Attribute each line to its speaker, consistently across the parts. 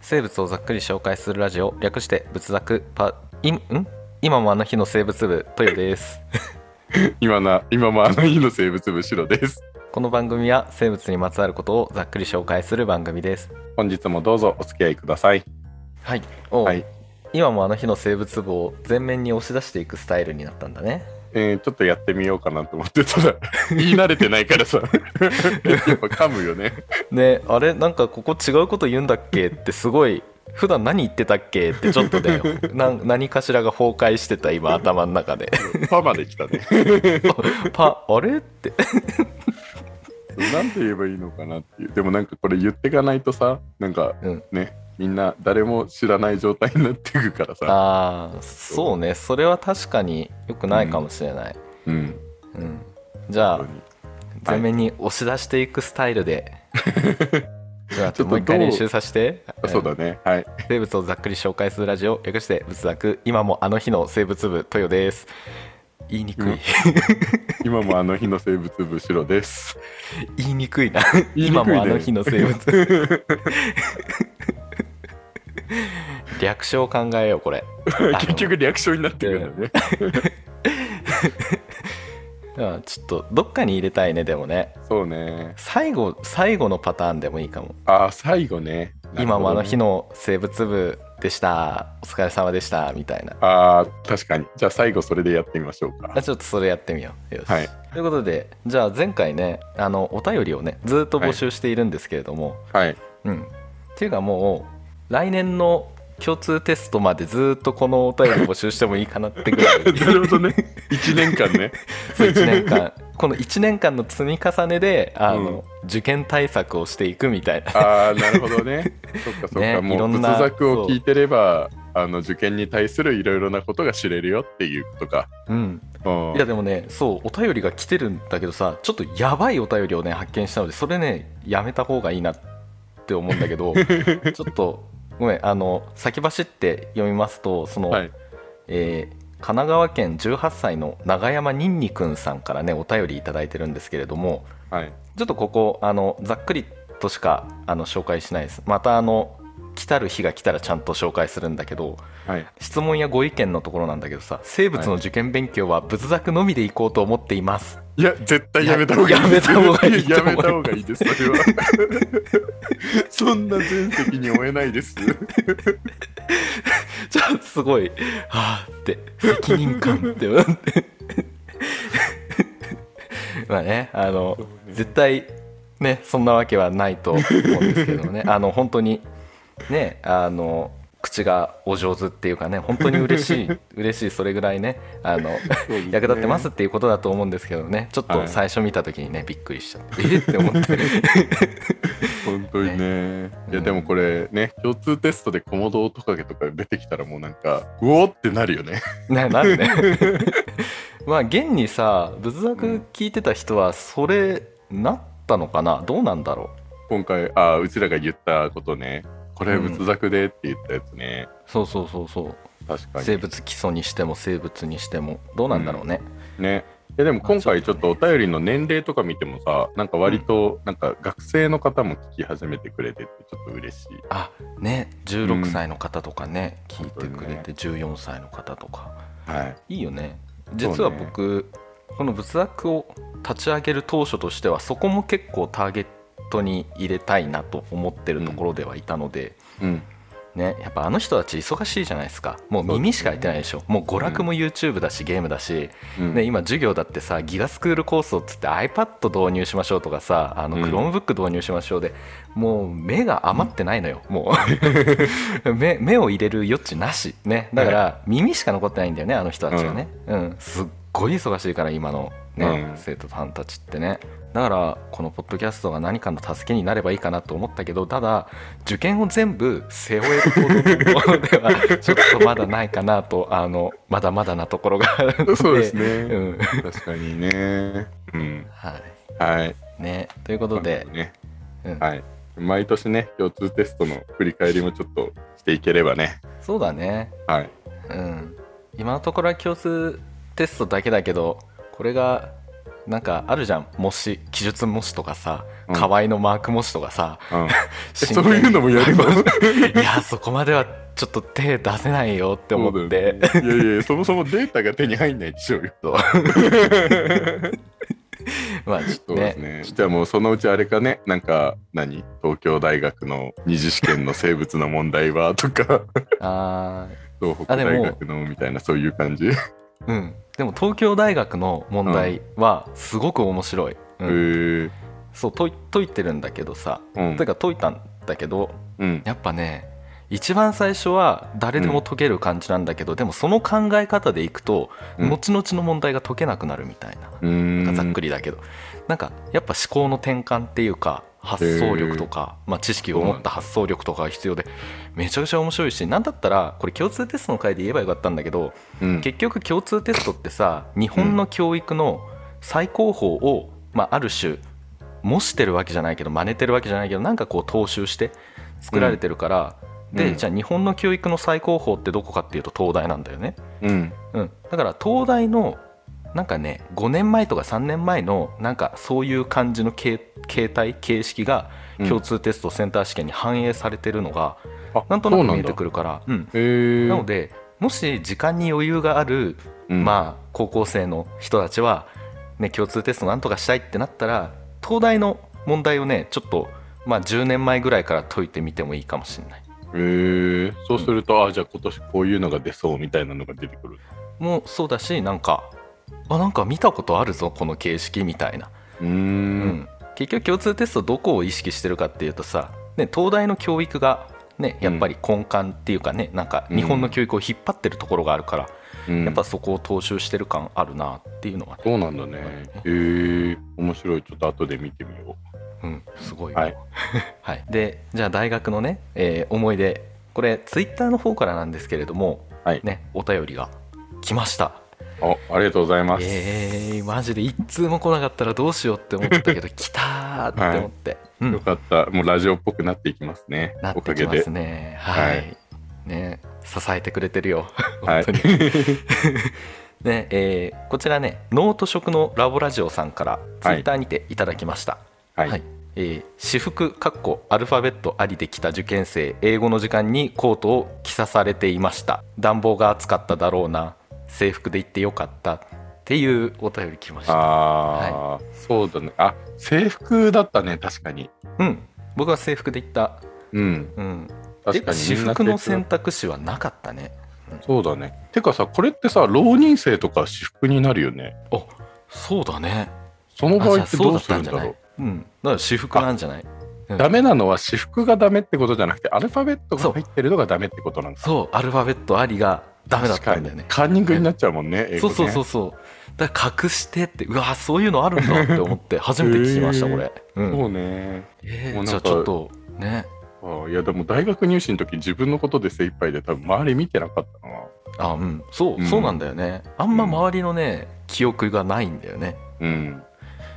Speaker 1: 生物をざっくり紹介するラジオ略して仏作パイんん今もあの日の生物部トヨです
Speaker 2: 今な今もあの日の生物部シロです
Speaker 1: この番組は生物にまつわることをざっくり紹介する番組です
Speaker 2: 本日もどうぞお付き合いください
Speaker 1: はいおう、
Speaker 2: はい
Speaker 1: 今もあの日の生物部を前面に押し出していくスタイルになったんだね
Speaker 2: えー、ちょっとやってみようかなと思ってたら 言い慣れてないからさ やっぱ噛むよね
Speaker 1: ねあれなんかここ違うこと言うんだっけってすごい普段何言ってたっけってちょっと だよなん何かしらが崩壊してた今頭の中で
Speaker 2: パまで来たね
Speaker 1: パあれって
Speaker 2: なんて言えばいいのかなっていうでもなんかこれ言ってかないとさなんか
Speaker 1: うん
Speaker 2: ねみんな誰も知らない状態になってくからさ
Speaker 1: ああそうねそれは確かによくないかもしれない、
Speaker 2: うん
Speaker 1: うんじゃあ
Speaker 2: 本
Speaker 1: 前面に押し出していくスタイル で、じゃあ
Speaker 2: ちょっと
Speaker 1: もう一回
Speaker 2: どう
Speaker 1: 練習させて
Speaker 2: 当にそうだねはい
Speaker 1: うん生物をざっくり紹介するラジオ略して仏作今もあの日の生物部豊です言いにくい、
Speaker 2: うん今もあの日の生物部シロ です
Speaker 1: 言いにくい な
Speaker 2: 言いにくいね
Speaker 1: 今もあの日の生物部 略称を考えようこれ
Speaker 2: 結局略称になってくるんだね
Speaker 1: うんちょっとどっかに入れたいねでもね
Speaker 2: そうね
Speaker 1: 最後最後のパターンでもいいかも
Speaker 2: あー最後ね
Speaker 1: 今もあの日
Speaker 2: の
Speaker 1: の生物部でしたお疲れ様でしたみたいな
Speaker 2: あー確かにじゃあ最後それでやってみましょう
Speaker 1: あ
Speaker 2: か
Speaker 1: ちょっとそれやってみようよし、
Speaker 2: はい
Speaker 1: ということでじゃあ前回ねあのお便りをねずっと募集しているんですけれども、
Speaker 2: はい
Speaker 1: うんっていうかもう来年の共通テストまでずっとこのお便り募集してもいいかなってぐらい
Speaker 2: なるほどね1年間ね
Speaker 1: そう1年間この1年間の積み重ねであの、受験対策をしていくみたいな
Speaker 2: ああなるほどねそっかそっか、
Speaker 1: ねい
Speaker 2: も
Speaker 1: ろ
Speaker 2: うん仏
Speaker 1: な
Speaker 2: 作を聞いてればあの受験に対するいろいろなことが知れるよっていうことか
Speaker 1: うん
Speaker 2: うん
Speaker 1: いやでもねそうお便りが来てるんだけどさちょっとやばいお便りをね発見したのでそれねやめた方がいいなって思うんだけ どちょっとごめんあの先走って読みますとその、
Speaker 2: はい
Speaker 1: えー神奈川県18歳の永山にんにくんさんからねお便りいただいてるんですけれども
Speaker 2: はい
Speaker 1: ちょっとここあのざっくりとしかあの紹介しないですまたあの来たる日が来たらちゃんと紹介するんだけど
Speaker 2: はい
Speaker 1: 質問やご意見のところなんだけどさ生物の受験勉強は仏作のみで行こうと思っています、
Speaker 2: いや絶対やめた方がいい
Speaker 1: やめた方がいいと思います
Speaker 2: やめた方がいいですそれは そんな全責に負えないです
Speaker 1: じゃあすごいはあって責任感って 思ってまあねあの絶対ねそんなわけはないと思うんですけどもねあの本当にねあの口がお上手っていうかね本当に嬉しい嬉しいそれぐらいねあの
Speaker 2: そうですね
Speaker 1: 役立ってますっていうことだと思うんですけどねちょっ
Speaker 2: は
Speaker 1: と
Speaker 2: い
Speaker 1: 最初見た時にねびっくりしちゃってえっって思って
Speaker 2: 本当にねいやでもこれね共通テストでコモドオトカゲとか出てきたらもうなんかうおーってなるよね
Speaker 1: ねなるね まあ現にさ仏作聞いてた人はそれなったのかなどうなんだろ
Speaker 2: 今回あーうちらが言ったことねこれ
Speaker 1: うん
Speaker 2: 仏作でって言ったやつね
Speaker 1: う、そうそうそうそう
Speaker 2: 確か
Speaker 1: 生
Speaker 2: に
Speaker 1: 物基礎にしても生物にしてもどうなんだろうね、
Speaker 2: ねいやでも今回ちょっとお便りの年齢とか見てもさなんか割となんか学生の方も聞き始めてくれててちょっと嬉しい
Speaker 1: あね16
Speaker 2: うん
Speaker 1: 歳の方とかね、聞いてくれ
Speaker 2: 本当
Speaker 1: て14歳の方とか
Speaker 2: はい
Speaker 1: いいよね実は僕、この仏作を立ち上げる当初としてはそこも結構ターゲットに入れたいなと思ってるところではいたので、
Speaker 2: うん
Speaker 1: ね、やっぱあの人たち忙しいじゃないですかもう耳しか開いてないでしょもう娯楽も YouTube だし、ゲームだし、
Speaker 2: うん
Speaker 1: ね、今授業だってさギガスクールコースをつって iPad 導入しましょうとかさあの
Speaker 2: うん
Speaker 1: Chromebook 導入しましょうで、もう目が余ってないのよ、も う目目を入れる余地なしねだから耳しか残ってないんだよねあの人たちがね、うんすっごい忙しいから今の、ね
Speaker 2: うん
Speaker 1: 生徒さんたちってねだからこのポッドキャストが何かの助けになればいいかなと思ったけどただ受験を全部背負えるほどのものではちょっとまだないかなとあのまだまだなところがあるので
Speaker 2: そうですね、
Speaker 1: うん
Speaker 2: 確かにねうん
Speaker 1: は
Speaker 2: はい
Speaker 1: いね、ということで、
Speaker 2: ね
Speaker 1: うん
Speaker 2: はい毎年ね共通テストの振り返りもちょっとしていければね
Speaker 1: そうだね、
Speaker 2: はい
Speaker 1: うん、今のところは共通テストだけだけどこれがなんかあるじゃん模試記述模試とかさ
Speaker 2: うん
Speaker 1: 河合のマーク模試とかさ、
Speaker 2: うん、え
Speaker 1: 真剣に
Speaker 2: そういうのもやるの
Speaker 1: いやそこまではちょっと手出せないよって思って、
Speaker 2: そうだよねいやいやそもそもデータが手に入んないでしょうよ
Speaker 1: そうまあちょっと
Speaker 2: そうで
Speaker 1: ね
Speaker 2: すねじゃあもうそのうちあれかねなんか何東京大学の二次試験の生物の問題は とか
Speaker 1: あー
Speaker 2: 東
Speaker 1: あ
Speaker 2: 北
Speaker 1: でも
Speaker 2: 大学のみたいなそういう感じ、
Speaker 1: うんでも東京大学の問題はすごく面白い、うん
Speaker 2: へー
Speaker 1: そう解い解いてるんだけどさ、
Speaker 2: うん
Speaker 1: というか解いたんだけど
Speaker 2: うん、
Speaker 1: やっぱね一番最初は誰でも解ける感じなんだけど、でもその考え方でいくと、
Speaker 2: うん
Speaker 1: 後々の問題が解けなくなるみたいな、
Speaker 2: うーん
Speaker 1: ざっくりだけどなんかやっぱ思考の転換っていうか発想力とか、まあ、知識を持った発想力とかが必要でめちゃくちゃ面白いしなんだったらこれ共通テストの回で言えばよかったんだけど
Speaker 2: うん
Speaker 1: 結局共通テストってさ日本の教育の最高峰を、まあ、ある種模してるわけじゃないけど真似てるわけじゃないけどなんかこう踏襲して作られてるから、
Speaker 2: うん
Speaker 1: で、
Speaker 2: うん
Speaker 1: じゃあ日本の教育の最高峰ってどこかっていうと東大なんだよね。
Speaker 2: うん
Speaker 1: うん、だから東大のなんかね5年前とか3年前のなんかそういう感じの形形態形式が
Speaker 2: うん
Speaker 1: 共通テストセンター試験に反映されてるのが、
Speaker 2: あ
Speaker 1: なんとな
Speaker 2: そう
Speaker 1: く見
Speaker 2: ん
Speaker 1: え
Speaker 2: だ
Speaker 1: てくるからな,、うん、
Speaker 2: へー
Speaker 1: なのでもし時間に余裕がある、
Speaker 2: うん
Speaker 1: まあ、高校生の人たちは、ね、共通テストなんとかしたいってなったら東大の問題をねちょっと、まあ、10年前ぐらいから解いてみてもいいかもしれない。
Speaker 2: へえそうすると、あじゃあ今年こういうのが出そうみたいなのが出てくる
Speaker 1: もうそうだしなんかあなんか見たことあるぞこの形式みたいな
Speaker 2: うー
Speaker 1: うんん、結局共通テストどこを意識してるかっていうとさ、ね、東大の教育が、ね、やっぱり根幹っていうかね、なんか日本の教育を引っ張ってるところがあるから、
Speaker 2: うん
Speaker 1: やっぱそこを踏襲してる感あるなっていうのは、
Speaker 2: そうなんだねへえ面白いちょっと後で見てみよ
Speaker 1: うん、すごい、
Speaker 2: うはい、
Speaker 1: はいでじゃあ大学のね、えー思い出これツイッターの方からなんですけれども、
Speaker 2: はい
Speaker 1: ね、お便りが来ました
Speaker 2: あありがとうございます、
Speaker 1: えー、マジで一通も来なかったらどうしようって思った けど来たーって思って、うん
Speaker 2: よかったもうラジオっぽくなっていきますね
Speaker 1: なっ
Speaker 2: お
Speaker 1: て
Speaker 2: か
Speaker 1: き
Speaker 2: げ
Speaker 1: ま
Speaker 2: です
Speaker 1: ね。はい、
Speaker 2: はい
Speaker 1: ね支えてくれてるよ。本
Speaker 2: はい
Speaker 1: 当に、ねえーこちらね脳と食のラボラジオさんからツイッターにていただきました。
Speaker 2: はい、
Speaker 1: えー私服かっこアルファベットありで来た受験生英語の時間にコートを着さされていました暖房が暑かっただろうな制服で行ってよかったっていうお便り来ました
Speaker 2: ああー、そうだねあ制服だったね確かに
Speaker 1: うん僕は制服で行った
Speaker 2: うん
Speaker 1: うんで
Speaker 2: 確かに
Speaker 1: 私服の選
Speaker 2: 択
Speaker 1: 択肢はなかったね
Speaker 2: そうだねてかさこれってさ浪人生とか私服になるよね
Speaker 1: あそうだね
Speaker 2: その
Speaker 1: あ
Speaker 2: 場
Speaker 1: じ
Speaker 2: 合
Speaker 1: ゃあ
Speaker 2: って
Speaker 1: そう
Speaker 2: ど
Speaker 1: だ
Speaker 2: う
Speaker 1: っ
Speaker 2: す
Speaker 1: た
Speaker 2: る
Speaker 1: ん
Speaker 2: ん
Speaker 1: じ
Speaker 2: だ
Speaker 1: ゃ
Speaker 2: ろ
Speaker 1: ない
Speaker 2: う
Speaker 1: うん、だから私服なんじゃないうん
Speaker 2: ダメなのは私服がダメってことじゃなくてアルファベットが入ってるのがダメってことなんだ
Speaker 1: そうアルファベットありがダメだったんだよね
Speaker 2: 確かにカンニングになっちゃうもんね英語
Speaker 1: そう
Speaker 2: ね
Speaker 1: そうそうそうだから隠してってうわそういうのあるんだって思って初めて聞きました
Speaker 2: へー
Speaker 1: これ、う
Speaker 2: そ
Speaker 1: ん
Speaker 2: うね
Speaker 1: え
Speaker 2: も
Speaker 1: ー
Speaker 2: うなんか
Speaker 1: じゃあちょっとね
Speaker 2: ああいやでも大学入試の時自分のことで精一杯で多分周り見てなかったな
Speaker 1: あうんそう、
Speaker 2: うん
Speaker 1: そうなんだよねあんま周りのね記憶がないんだよね
Speaker 2: うん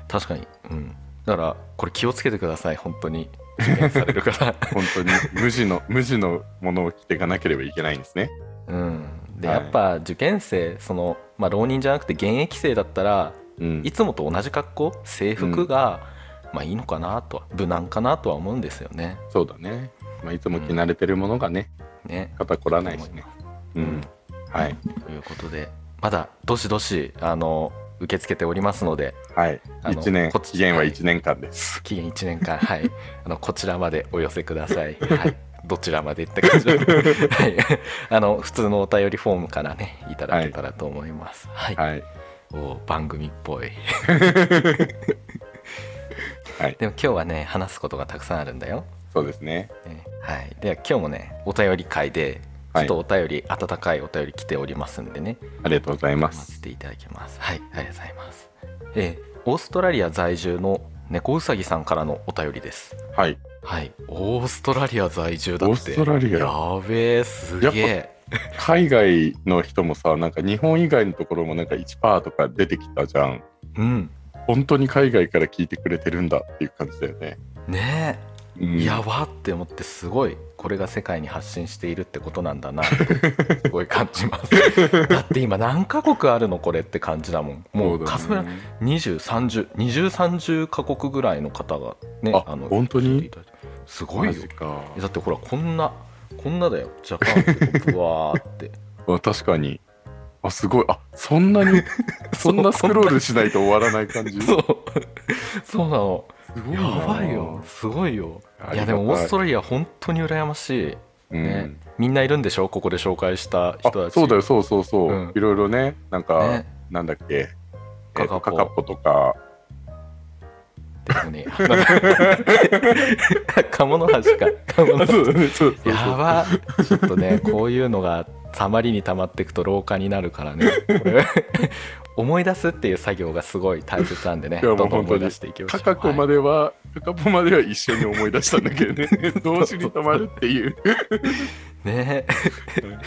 Speaker 1: 確かにうんだからこれ気をつけてください本当に受験される から
Speaker 2: 本 当に無地の無地のものを着ていかなければいけないんですね
Speaker 1: うんで
Speaker 2: はい
Speaker 1: やっぱ受験生その、まあ、浪人じゃなくて現役生だったら
Speaker 2: うん
Speaker 1: いつもと同じ格好制服が、まあいいのかなとは無難かなとは思うんですよね。
Speaker 2: そうだね、まあ、いつも着慣れてるものがね
Speaker 1: ね
Speaker 2: 肩こらないしねうん、はい
Speaker 1: ということでまだどしどしあの受け付けておりますので
Speaker 2: はい
Speaker 1: あの
Speaker 2: 1年
Speaker 1: こっち
Speaker 2: 期限は
Speaker 1: はい
Speaker 2: 1年間です、
Speaker 1: 期限1年間はいあのこちらまでお寄せください。はいどちらまでって感じで、はい、あの普通のお便りフォームからねいただけたらと思います。はい、
Speaker 2: はい
Speaker 1: お番組っぽい、
Speaker 2: はい
Speaker 1: でも今日はね話すことがたくさんあるんだよ。
Speaker 2: そうですね
Speaker 1: ねはい、では今日もねお便り会でちょ
Speaker 2: は
Speaker 1: っ
Speaker 2: い
Speaker 1: とお便り、温かいお便り来ておりますんでね
Speaker 2: ありがとうございま
Speaker 1: 待っ
Speaker 2: す
Speaker 1: ていただきますはいありがとうございますえーオーストラリア在住の猫うさぎさんからのお便りです
Speaker 2: はい
Speaker 1: はいオーストラリア在住だって
Speaker 2: オーストラリア
Speaker 1: やべえすげえ
Speaker 2: 海外の人もさなんか日本以外のところもなんか1%とか出てきたじゃん
Speaker 1: うん
Speaker 2: 本当に海外から聞いてくれてるんだっていう感じだよね、
Speaker 1: ね
Speaker 2: うん
Speaker 1: え、やばって思ってすごいここれが世界に発信しているってことなんだ なってすごい感じますだって今何カ国あるのこれって感じだもんもう数えられ
Speaker 2: ね、
Speaker 1: 2030カ国ぐらいの方がね
Speaker 2: あ本当に
Speaker 1: 聞いていただいてすごいよ
Speaker 2: マジか
Speaker 1: えだってほらこんなこんなだよジャパンってブワー って
Speaker 2: あ確かにあすごいあそん なにそんなスクロールしないと終わらない感じす
Speaker 1: そうそうなの
Speaker 2: ごい
Speaker 1: や
Speaker 2: な
Speaker 1: ばいよすごいよ
Speaker 2: あ
Speaker 1: い
Speaker 2: り
Speaker 1: や
Speaker 2: がた
Speaker 1: で
Speaker 2: い
Speaker 1: もオーストラリア本当に羨ましい
Speaker 2: うん
Speaker 1: ねみんないるんでしょここで紹介した人
Speaker 2: あ
Speaker 1: たち
Speaker 2: そうだよそうそうそう、
Speaker 1: うん
Speaker 2: いろいろねなんか、
Speaker 1: ね
Speaker 2: なんだっけえ
Speaker 1: カ
Speaker 2: ー
Speaker 1: カ
Speaker 2: と
Speaker 1: ポ
Speaker 2: カカポと か
Speaker 1: でもね 鴨の橋か鴨の橋
Speaker 2: あそうだねそうそうそう
Speaker 1: やばちょっとねこういうのがたまりにたまっていくと老化になるからねこれ 思い出すっていう作業がすごい大切なんでね
Speaker 2: い
Speaker 1: ど
Speaker 2: やもうん
Speaker 1: どん思
Speaker 2: 本当
Speaker 1: い
Speaker 2: に
Speaker 1: 出していきましょ
Speaker 2: カ
Speaker 1: う
Speaker 2: カポ
Speaker 1: はい
Speaker 2: までは、カカポまでは一緒に思い出したんだけどね同時に止まるっていう
Speaker 1: ね
Speaker 2: うん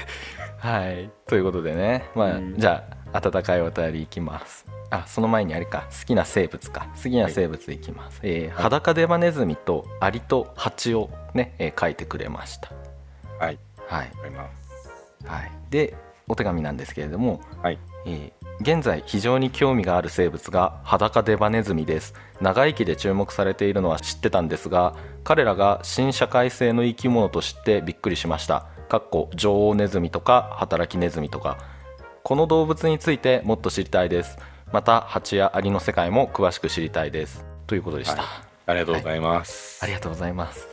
Speaker 1: はいということでねまあ、
Speaker 2: うん
Speaker 1: じゃあ温かいお便りいきますあその前にあれか好きな生物か好きな生物いきます、えー裸デバネズミとアリとハチをね、えー書いてくれました
Speaker 2: はい
Speaker 1: はい、
Speaker 2: あります
Speaker 1: はい、でお手紙なんですけれども、
Speaker 2: はい
Speaker 1: えー現在非常に興味がある生物が裸デバネズミです長生きで注目されているのは知ってたんですが彼らが新社会性の生き物と知ってびっくりしましたかっこ女王ネズミとか働きネズミとかこの動物についてもっと知りたいですまたハチやアリの世界も詳しく知りたいですということでした、
Speaker 2: はありがとうございます、
Speaker 1: ありがとうございます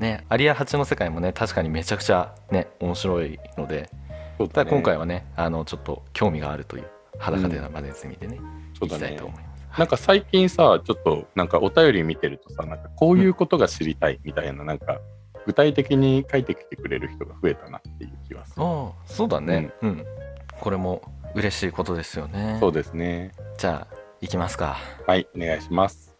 Speaker 1: ねアリやハチの世界もね確かにめちゃくちゃね面白いので
Speaker 2: そう
Speaker 1: ただ
Speaker 2: だね
Speaker 1: 今回はねあのちょっと興味があるという裸でバネズミでね、
Speaker 2: そう
Speaker 1: 行
Speaker 2: だ
Speaker 1: きたい
Speaker 2: ね
Speaker 1: と思います、
Speaker 2: なんか最近さちょっとなんかお便り見てるとさなんかこういうことが知りたいみたいな、なんか具体的に書いてきてくれる人が増えたなっていう気がする、
Speaker 1: ああそうだねうん、これも嬉しいことですよね
Speaker 2: そうですね
Speaker 1: じゃあ行きますか
Speaker 2: はいお願いします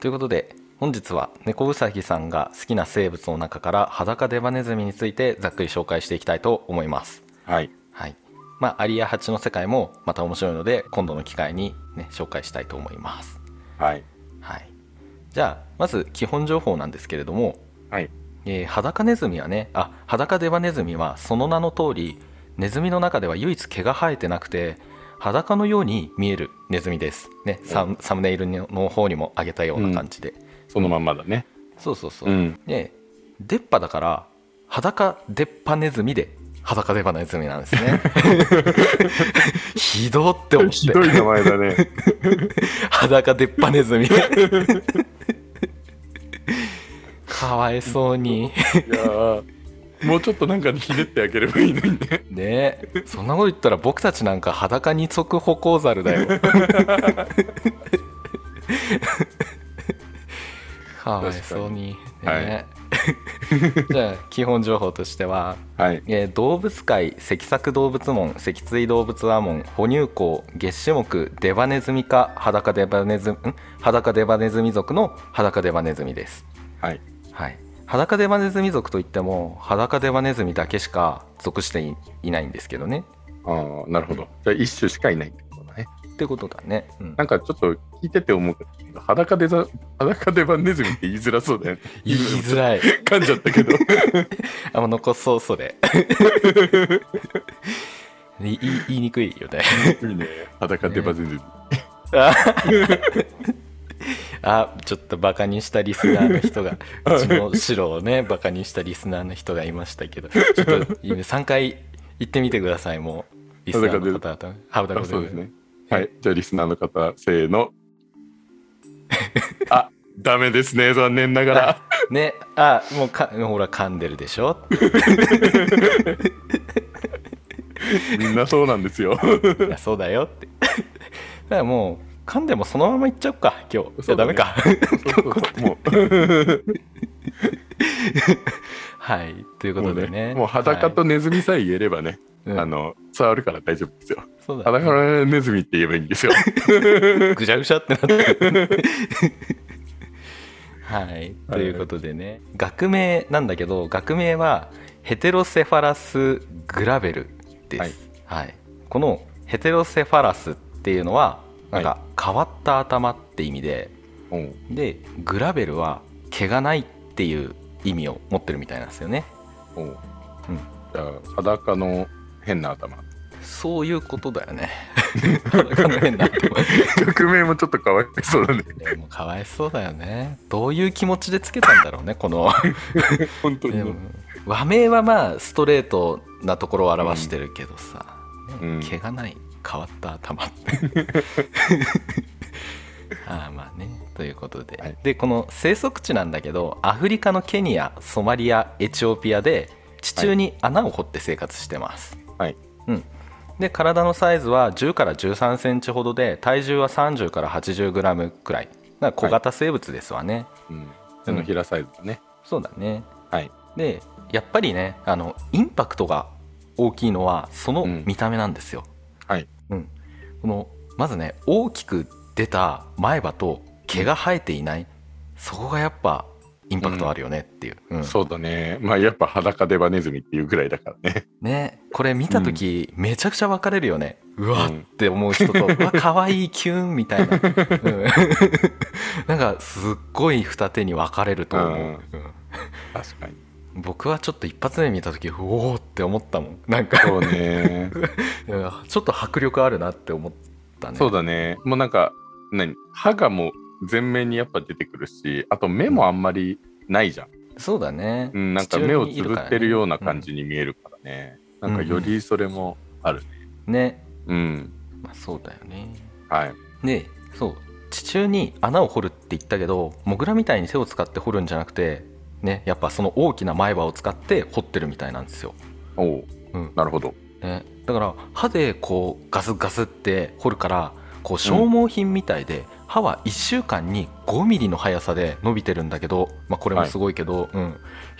Speaker 1: ということで本日は猫うさぎさんが好きな生物の中から裸デバネズミについてざっくり紹介していきたいと思います
Speaker 2: はい
Speaker 1: はいまあアリやハチの世界もまた面白いので今度の機会にね紹介したいと思います
Speaker 2: はい
Speaker 1: はいじゃあまず基本情報なんですけれども
Speaker 2: はい
Speaker 1: えー裸ネズミはねあ裸デバネズミはその名の通りネズミの中では唯一毛が生えてなくて裸のように見えるネズミです、ね、サムサムネイルの方にもあげたような感じで、
Speaker 2: そのまんまだね
Speaker 1: そうそうそう、
Speaker 2: うん
Speaker 1: で出っ歯だから裸出っ歯ネズミで裸出っ歯ネズミなんです ねひどって思っ
Speaker 2: ひ
Speaker 1: て
Speaker 2: どい名前だ ね
Speaker 1: 裸出っ歯ネズミ かわいそうに
Speaker 2: いやーもうちょっとなんかひねってあげればいいのにね
Speaker 1: ねえそんなこと言ったら僕たちなんか裸二足歩行猿だよ かわいそうにねえじゃあ基本情報としては、
Speaker 2: はい
Speaker 1: えー動物界脊索動物門脊椎動物亜門哺乳綱月種目デバネズミ科裸デバネズミん裸デバネズミ族の裸デバネズミです
Speaker 2: はい
Speaker 1: はい、裸デバネズミ族といっても裸デバネズミだけしか属していいないんですけどね
Speaker 2: ああなるほどじゃあ一種しかいないってことだね
Speaker 1: ってことだね、うん
Speaker 2: なんかちょっと聞いてて思うけど裸でざ裸でバネズミって言いづらそうだよね
Speaker 1: 言いづらい
Speaker 2: 噛んじゃったけど
Speaker 1: あもう残そうそれ いい言いにくいよね
Speaker 2: いいね。裸デバネズミ。
Speaker 1: ああちょっとバカにしたリスナーの人 がうちの白をねバカにしたリスナーの人がいましたけどちょっと3回言ってみてくださいもうリスナーの方々裸
Speaker 2: あ
Speaker 1: デ
Speaker 2: そ
Speaker 1: バネ
Speaker 2: うで
Speaker 1: ズ
Speaker 2: す
Speaker 1: ミ
Speaker 2: ね。はい。じゃあ、リスナーの方、せーの。あダメですね、残念ながら。
Speaker 1: ねあもうかほら噛んでるでしょ
Speaker 2: みんなそうなんで すよ。
Speaker 1: いやそうだよ ってだからもう噛んでもそのままいっちゃおうか今日じ
Speaker 2: そ
Speaker 1: ゃ
Speaker 2: うだ
Speaker 1: ダ
Speaker 2: ね
Speaker 1: メか
Speaker 2: も
Speaker 1: はいという
Speaker 2: う、
Speaker 1: こ
Speaker 2: も
Speaker 1: と
Speaker 2: う
Speaker 1: で
Speaker 2: ね
Speaker 1: ね、
Speaker 2: もう裸と
Speaker 1: は
Speaker 2: ネズミさえ言えればね、
Speaker 1: いうん
Speaker 2: あの、伝わるから大丈夫ですよ。
Speaker 1: そうだね
Speaker 2: 裸とネズミって言えばいいんで すよ。
Speaker 1: ぐちゃぐちゃってなってるはいということでね学名なんだけど学名はヘテロセファラス・グラベルです、はいこのヘテロセファラスっていうのはなんか変わった頭っって意味で
Speaker 2: うん
Speaker 1: でグラベルは毛がないっていう意味を持ってるみたいなんですよね
Speaker 2: おうじゃあ裸の変な頭
Speaker 1: そういうことだよね裸の変なって思う
Speaker 2: 曲名もちょっとかわいそうだね
Speaker 1: でもかわいそうだよねどういう気持ちでつけたんだろうねこの
Speaker 2: 本当に
Speaker 1: で
Speaker 2: ね
Speaker 1: も和名はまあストレートなところを表してるけどさ、
Speaker 2: うん
Speaker 1: でも毛がない変わった頭って ああまあねということで、
Speaker 2: はい
Speaker 1: でこの生息地なんだけどアフリカのケニアソマリアエチオピアで地中に穴を掘って生活してます、
Speaker 2: はい
Speaker 1: うん、で体のサイズは10から1 3センチほどで体重は30から8 0ムくらいだから小型生物ですわね、
Speaker 2: うん手のひらサイズだね、
Speaker 1: そうだね
Speaker 2: はい
Speaker 1: でやっぱりねあのインパクトが大きいのはその
Speaker 2: うん
Speaker 1: 見た目なんですよ、
Speaker 2: はい
Speaker 1: うんこのまずね大きく出た前歯と毛が生えていないそこがやっぱインパクトあるよねっていう、うん
Speaker 2: そうだねまあやっぱ裸デバネズミっていうぐらいだからね
Speaker 1: ねこれ見た時、めちゃくちゃ分かれるよねうわ
Speaker 2: う
Speaker 1: っ
Speaker 2: ん
Speaker 1: って思う人 と「うわ可愛いキュン」みたいな、うん なんかすっごい二手に分かれると思う、うん
Speaker 2: 確かに
Speaker 1: 僕はちょっと一発目見た時おおって思ったもんなんか
Speaker 2: そう ね
Speaker 1: うんちょっと迫力あるなって思ったね
Speaker 2: そうだねもうなんか何歯がもう全面にやっぱ出てくるしあと目もあんまりないじゃん、
Speaker 1: そうだね、
Speaker 2: うん、なんか目をつぶってるような感じに見えるからね、
Speaker 1: うん
Speaker 2: なんかよりそれもあるね
Speaker 1: ね
Speaker 2: うん、
Speaker 1: まあそうだよね
Speaker 2: はい
Speaker 1: でそう地中に穴を掘るって言ったけどモグラみたいに手を使って掘るんじゃなくてねやっぱその大きな前歯を使って掘ってるみたいなんですよ、
Speaker 2: おお
Speaker 1: うん
Speaker 2: なるほど
Speaker 1: ね、だから歯でこうガスガスって掘るからこう消耗品みたいで、歯は1週間に5ミリの速さで伸びてるんだけど、まあ、これもすごいけど、うん、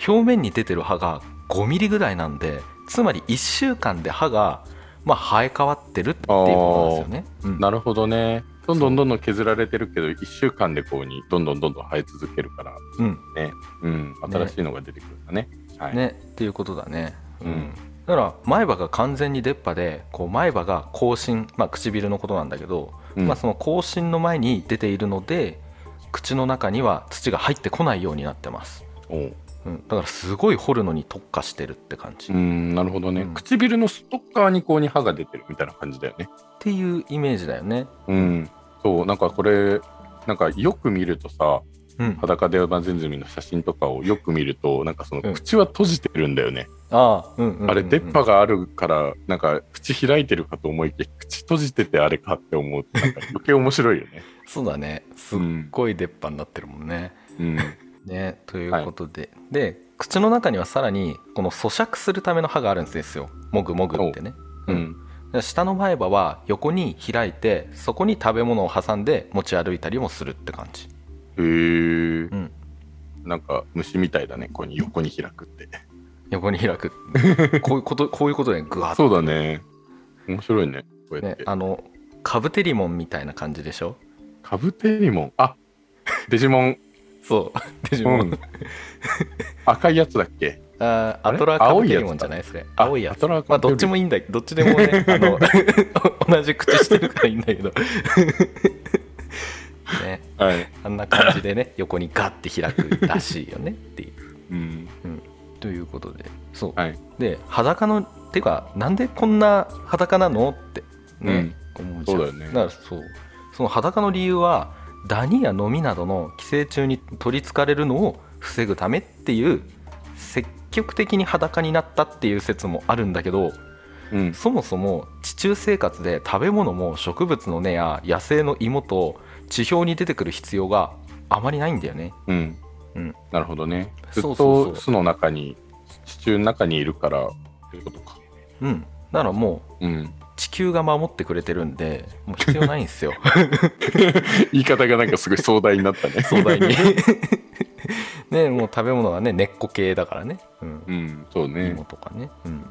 Speaker 1: 表面に出てる歯が5ミリぐらいなんでつまり1週間で歯が、まあ、生え変わってるっていうことなんですよね。うん
Speaker 2: なるほどねどんどんどんどん削られてるけど1週間でこうにどんどんどんどん生え続けるから
Speaker 1: うん
Speaker 2: ねうん新しいのが出てくるんだねはい、
Speaker 1: ねっていうことだね。う
Speaker 2: うん
Speaker 1: んだから前歯が完全に出っ歯でこう前歯が口唇、まあ、唇のことなんだけど、
Speaker 2: うん
Speaker 1: まあ、その口唇の前に出ているので口の中には土が入ってこないようになってます、
Speaker 2: おう
Speaker 1: うん、だからすごい掘るのに特化してるって感じ、
Speaker 2: う
Speaker 1: っ
Speaker 2: んなるほどね、
Speaker 1: うん
Speaker 2: 唇の外側にこうに歯が出てるみたいな感じだよね
Speaker 1: ていうイメージだよね
Speaker 2: うん、そうなんかこれなんかよく見るとさ
Speaker 1: うん
Speaker 2: 裸でバゼンズミの写真とかをよく見るとなんかその
Speaker 1: うん
Speaker 2: 口は閉じてるんだよね、
Speaker 1: ああうんうんうんうん
Speaker 2: あれ出っ歯があるからなんか口開いてるかと思いきや口閉じててあれかって思うとなんか余計面白いよね、
Speaker 1: そうだねす
Speaker 2: う
Speaker 1: っ
Speaker 2: ん
Speaker 1: ごい出っ歯になってるもんね、
Speaker 2: うん、
Speaker 1: ねということで、で口の中にはさらにこの咀嚼するための歯があるんですよもぐもぐってね
Speaker 2: う
Speaker 1: うん
Speaker 2: ん、
Speaker 1: 下の前歯は横に開いてそこに食べ物を挟んで持ち歩いたりもするって感じ、
Speaker 2: へえ
Speaker 1: うん、
Speaker 2: なんか虫みたいだねこうに横に開くって
Speaker 1: 横に 開くこういうことこういうことでグワッと
Speaker 2: そうだね面白いねこうやっ
Speaker 1: ね
Speaker 2: て、
Speaker 1: あのカブテリモンみたいな感じでしょ
Speaker 2: カブテリモンあデジモン、
Speaker 1: そうデジ
Speaker 2: う
Speaker 1: モン、
Speaker 2: ん、赤いやつだっけ
Speaker 1: あー
Speaker 2: あ
Speaker 1: ア
Speaker 2: れ
Speaker 1: トラカブテリモンじゃないですね
Speaker 2: あ
Speaker 1: 青いや
Speaker 2: ア
Speaker 1: つ
Speaker 2: トラ
Speaker 1: まあどっちもいいんだどっちでもねあの 同じ口してるからいいんだけど ね
Speaker 2: はい、
Speaker 1: あんな感じでね横にガッて開くらしいよねっていう
Speaker 2: うん、
Speaker 1: ということでそう、
Speaker 2: はい
Speaker 1: で裸のてかなんでこんな裸なのってね、思うじゃん
Speaker 2: そうだよね
Speaker 1: からそうその裸の理由はダニやノミなどの寄生虫に取りつかれるのを防ぐためっていう積極的に裸になったっていう説もあるんだけど
Speaker 2: うん、
Speaker 1: そもそも地中生活で食べ物も植物の根や野生の芋と地表に出てくる必要があまりないんだよね。
Speaker 2: うん
Speaker 1: うん
Speaker 2: なるほどね。ずっ
Speaker 1: そうそうそう
Speaker 2: と巣の中に、地中の中にいるからっていうことか。
Speaker 1: うん、だからもう
Speaker 2: うん、
Speaker 1: 地球が守ってくれてるんでもう必要ないん ですよ
Speaker 2: 言い方がなんかすごい壮大になっ たね。
Speaker 1: 壮大にねもう食べ物はね根っこ系だからね、うん
Speaker 2: うん、そうね
Speaker 1: 芋。とかね、うん、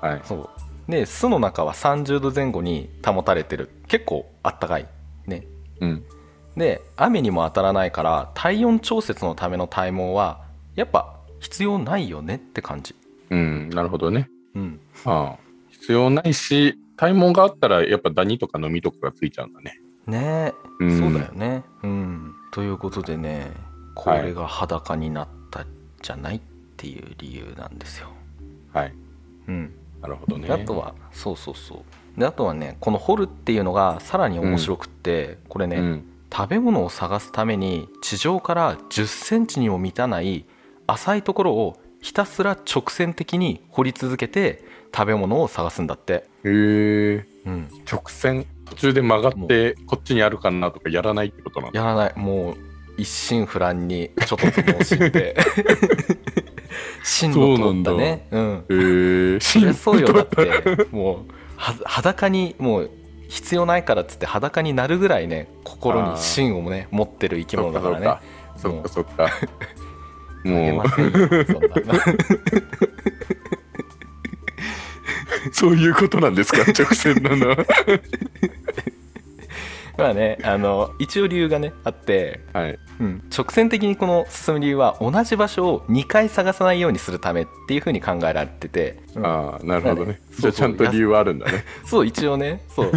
Speaker 2: はい。
Speaker 1: そうで巣の中は30度前後に保たれてる結構あったかいね
Speaker 2: うん、
Speaker 1: で雨にも当たらないから体温調節のための体毛はやっぱ必要ないよねって感じ
Speaker 2: うん、なるほどね。
Speaker 1: うん
Speaker 2: ああ、必要ないし、体毛があったらやっぱダニとかノミとかがついちゃうんだね。
Speaker 1: ねえ、
Speaker 2: うん
Speaker 1: そうだよねうんということでねこれが裸になったじゃないっていう理由なんですよ、
Speaker 2: はい。
Speaker 1: うん
Speaker 2: なるほどね。
Speaker 1: であとはそうそうそうであとはねこの「掘る」っていうのがさらに面白くって、これね、
Speaker 2: うん、
Speaker 1: 食べ物を探すために地上から1 0センチにも満たない浅いところをひたすら直線的に掘り続けて食べ物を探すんだって、
Speaker 2: へえ。
Speaker 1: うん、
Speaker 2: 直線途中で曲がってこっちにあるかなとかやらないってことなんだ。
Speaker 1: やらないもう一心不乱にちょっとずつ楽しん で芯の通ったねうん
Speaker 2: へえ。
Speaker 1: そりゃそうよ だっ
Speaker 2: へ
Speaker 1: てもうは裸にもう必要ないからっつって裸になるぐらいね心に芯をね持ってる生き物だからね
Speaker 2: そっかそっか。も
Speaker 1: あげませんよそんな
Speaker 2: う そういうことなんですか直線なの は。
Speaker 1: まあねあの一応理由がねあって、
Speaker 2: はい。
Speaker 1: うん、直線的にこの進む理由は同じ場所を2回探さないようにするためっていうふうに考えられてて、うん
Speaker 2: ああなるほどね。じ
Speaker 1: そ
Speaker 2: ゃ
Speaker 1: うそう
Speaker 2: あちゃんと理由はあるんだね。
Speaker 1: そう一応ねそう